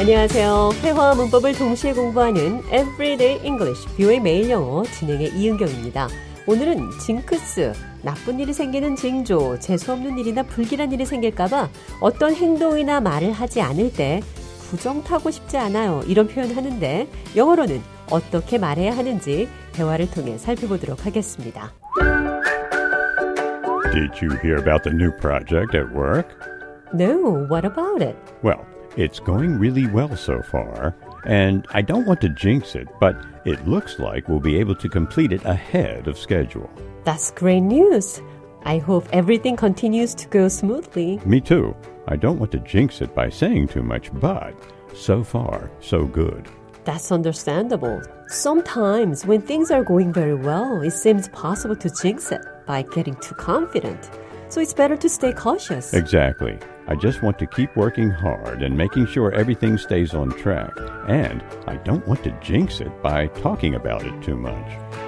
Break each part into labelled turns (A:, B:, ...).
A: 안녕하세요. 회화와 문법을 동시에 공부하는 Everyday English, 뷰의 매일 영어 진행의 이은경입니다. 오늘은 징크스, 나쁜 일이 생기는 징조, 재수없는 일이나 불길한 일이 생길까봐 어떤 행동이나 말을 하지 않을 때 부정 타고 싶지 않아요. 이런 표현 하는데 영어로는 어떻게 말해야 하는지 대화를 통해 살펴보도록 하겠습니다.
B: Did you hear about the new project at work?
A: No, what about it?
B: Well, it's going really well so far, and I don't want to jinx it, but it looks like we'll be able to complete it ahead of schedule.
A: That's great news. I hope everything continues to go smoothly.
B: Me too. I don't want to jinx it by saying too much, but so far, so good.
A: That's understandable. Sometimes, when things are going very well, it seems possible to jinx it by getting too confident. So it's better to stay cautious.
B: Exactly. I just want to keep working hard and making sure everything stays on track, and I don't want to jinx it by talking about it too much.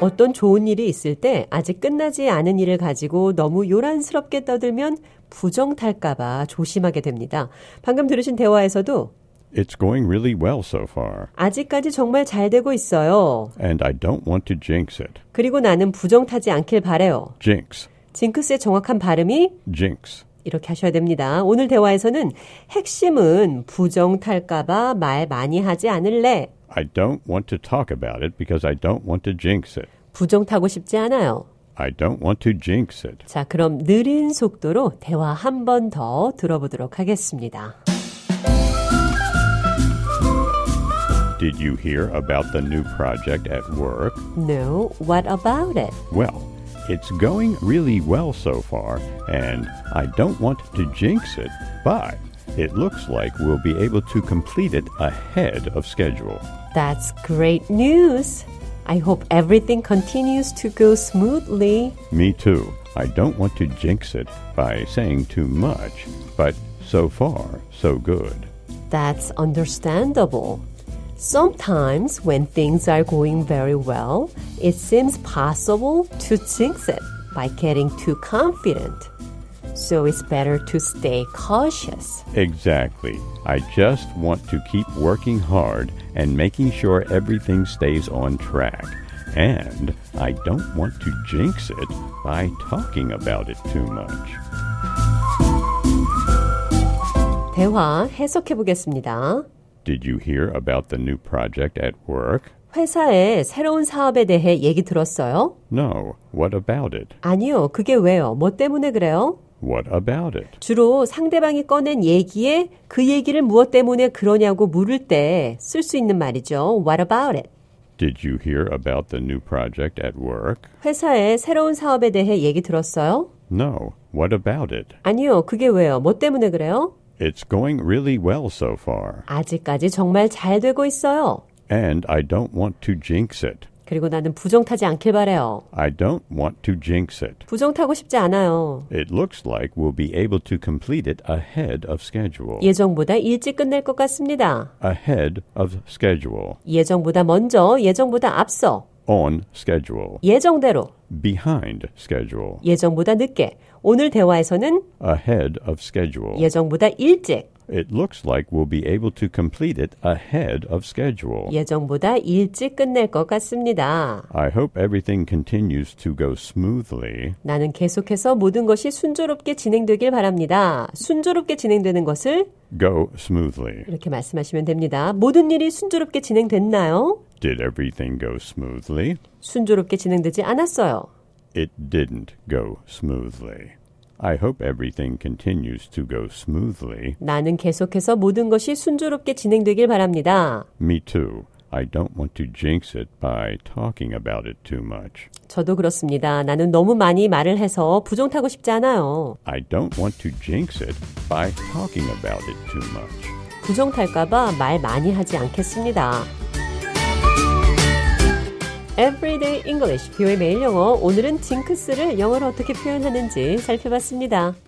A: 어떤 좋은 일이 있을 때 아직 끝나지 않은 일을 가지고 너무 요란스럽게 떠들면 부정 탈까봐 조심하게 됩니다. 방금 들으신 대화에서도
B: It's going really well so far,
A: 아직까지 정말 잘 되고 있어요.
B: and I don't want to jinx it.
A: 그리고 나는 부정 타지 않길 바래요.
B: Jinx.
A: 징크스의 정확한 발음이
B: Jinx.
A: 이렇게 하셔야 됩니다. 오늘 대화에서는 핵심은 부정 탈까봐 말 많이 하지 않을래.
B: I don't want to talk about it because I don't want to jinx it.
A: 부정 타고 싶지 않아요.
B: I don't want to jinx it.
A: 자, 그럼 느린 속도로 대화 한 번 더 들어보도록 하겠습니다.
B: Did you hear about the new project at work?
A: No, what about it?
B: Well, it's going really well so far, and I don't want to jinx it, but it looks like we'll be able to complete it ahead of schedule.
A: That's great news. I hope everything continues to go smoothly.
B: Me too. I don't want to jinx it by saying too much, but so far, so good.
A: That's understandable. Sometimes, when things are going very well, it seems possible to jinx it by getting too confident. So it's better to stay cautious.
B: Exactly. I just want to keep working hard and making sure everything stays on track. And I don't want to jinx it by talking about it too much.
A: 대화 해석해 보겠습니다.
B: Did you hear about the new project at work?
A: 회사의 새로운 사업에 대해 얘기 들었어요?
B: No. What about it?
A: 아니요, 그게 왜요? 뭐 때문에 그래요?
B: What about it?
A: 주로 상대방이 꺼낸 얘기에 그 얘기를 무엇 때문에 그러냐고 물을 때 쓸 수 있는 말이죠. What about it?
B: Did you hear about the new project at work?
A: 회사의 새로운 사업에 대해 얘기 들었어요?
B: No. What about it?
A: 아니요, 그게 왜요? 뭐 때문에 그래요?
B: It's going really well so far,
A: 아직까지 정말 잘 되고 있어요.
B: and I don't want to jinx it.
A: 그리고 나는 부정 타지 않길 바래요.
B: I don't want to jinx it.
A: 부정 타고 싶지 않아요.
B: It looks like we'll be able to complete it ahead of schedule.
A: 예정보다 일찍 끝낼 것 같습니다.
B: Ahead of schedule.
A: 예정보다 먼저, 예정보다 앞서,
B: On schedule.
A: 예정대로,
B: Behind schedule.
A: 예정보다 늦게. 오늘 대화에서는
B: Ahead of schedule.
A: 예정보다 일찍,
B: It looks like we'll be able to complete it ahead of schedule.
A: 예정보다 일찍 끝낼 것 같습니다.
B: I hope everything continues to go smoothly.
A: 나는 계속해서 모든 것이 순조롭게 진행되길 바랍니다. 순조롭게 진행되는 것을
B: Go smoothly.
A: 이렇게 말씀하시면 됩니다. 모든 일이 순조롭게 진행됐나요?
B: Did everything go smoothly?
A: 순조롭게 진행되지 않았어요.
B: It didn't go smoothly. I hope everything continues to go smoothly.
A: 나는 계속해서 모든 것이 순조롭게 진행되길 바랍니다.
B: Me too. I don't want to jinx it by talking about it too much.
A: 저도 그렇습니다. 나는 너무 많이 말을 해서 부정 타고 싶지 않아요.
B: I don't want to jinx it by talking about it too much.
A: 부정 탈까봐 말 많이 하지 않겠습니다. Everyday English, 뷰의 매일 영어. 오늘은 징크스를 영어로 어떻게 표현하는지 살펴봤습니다.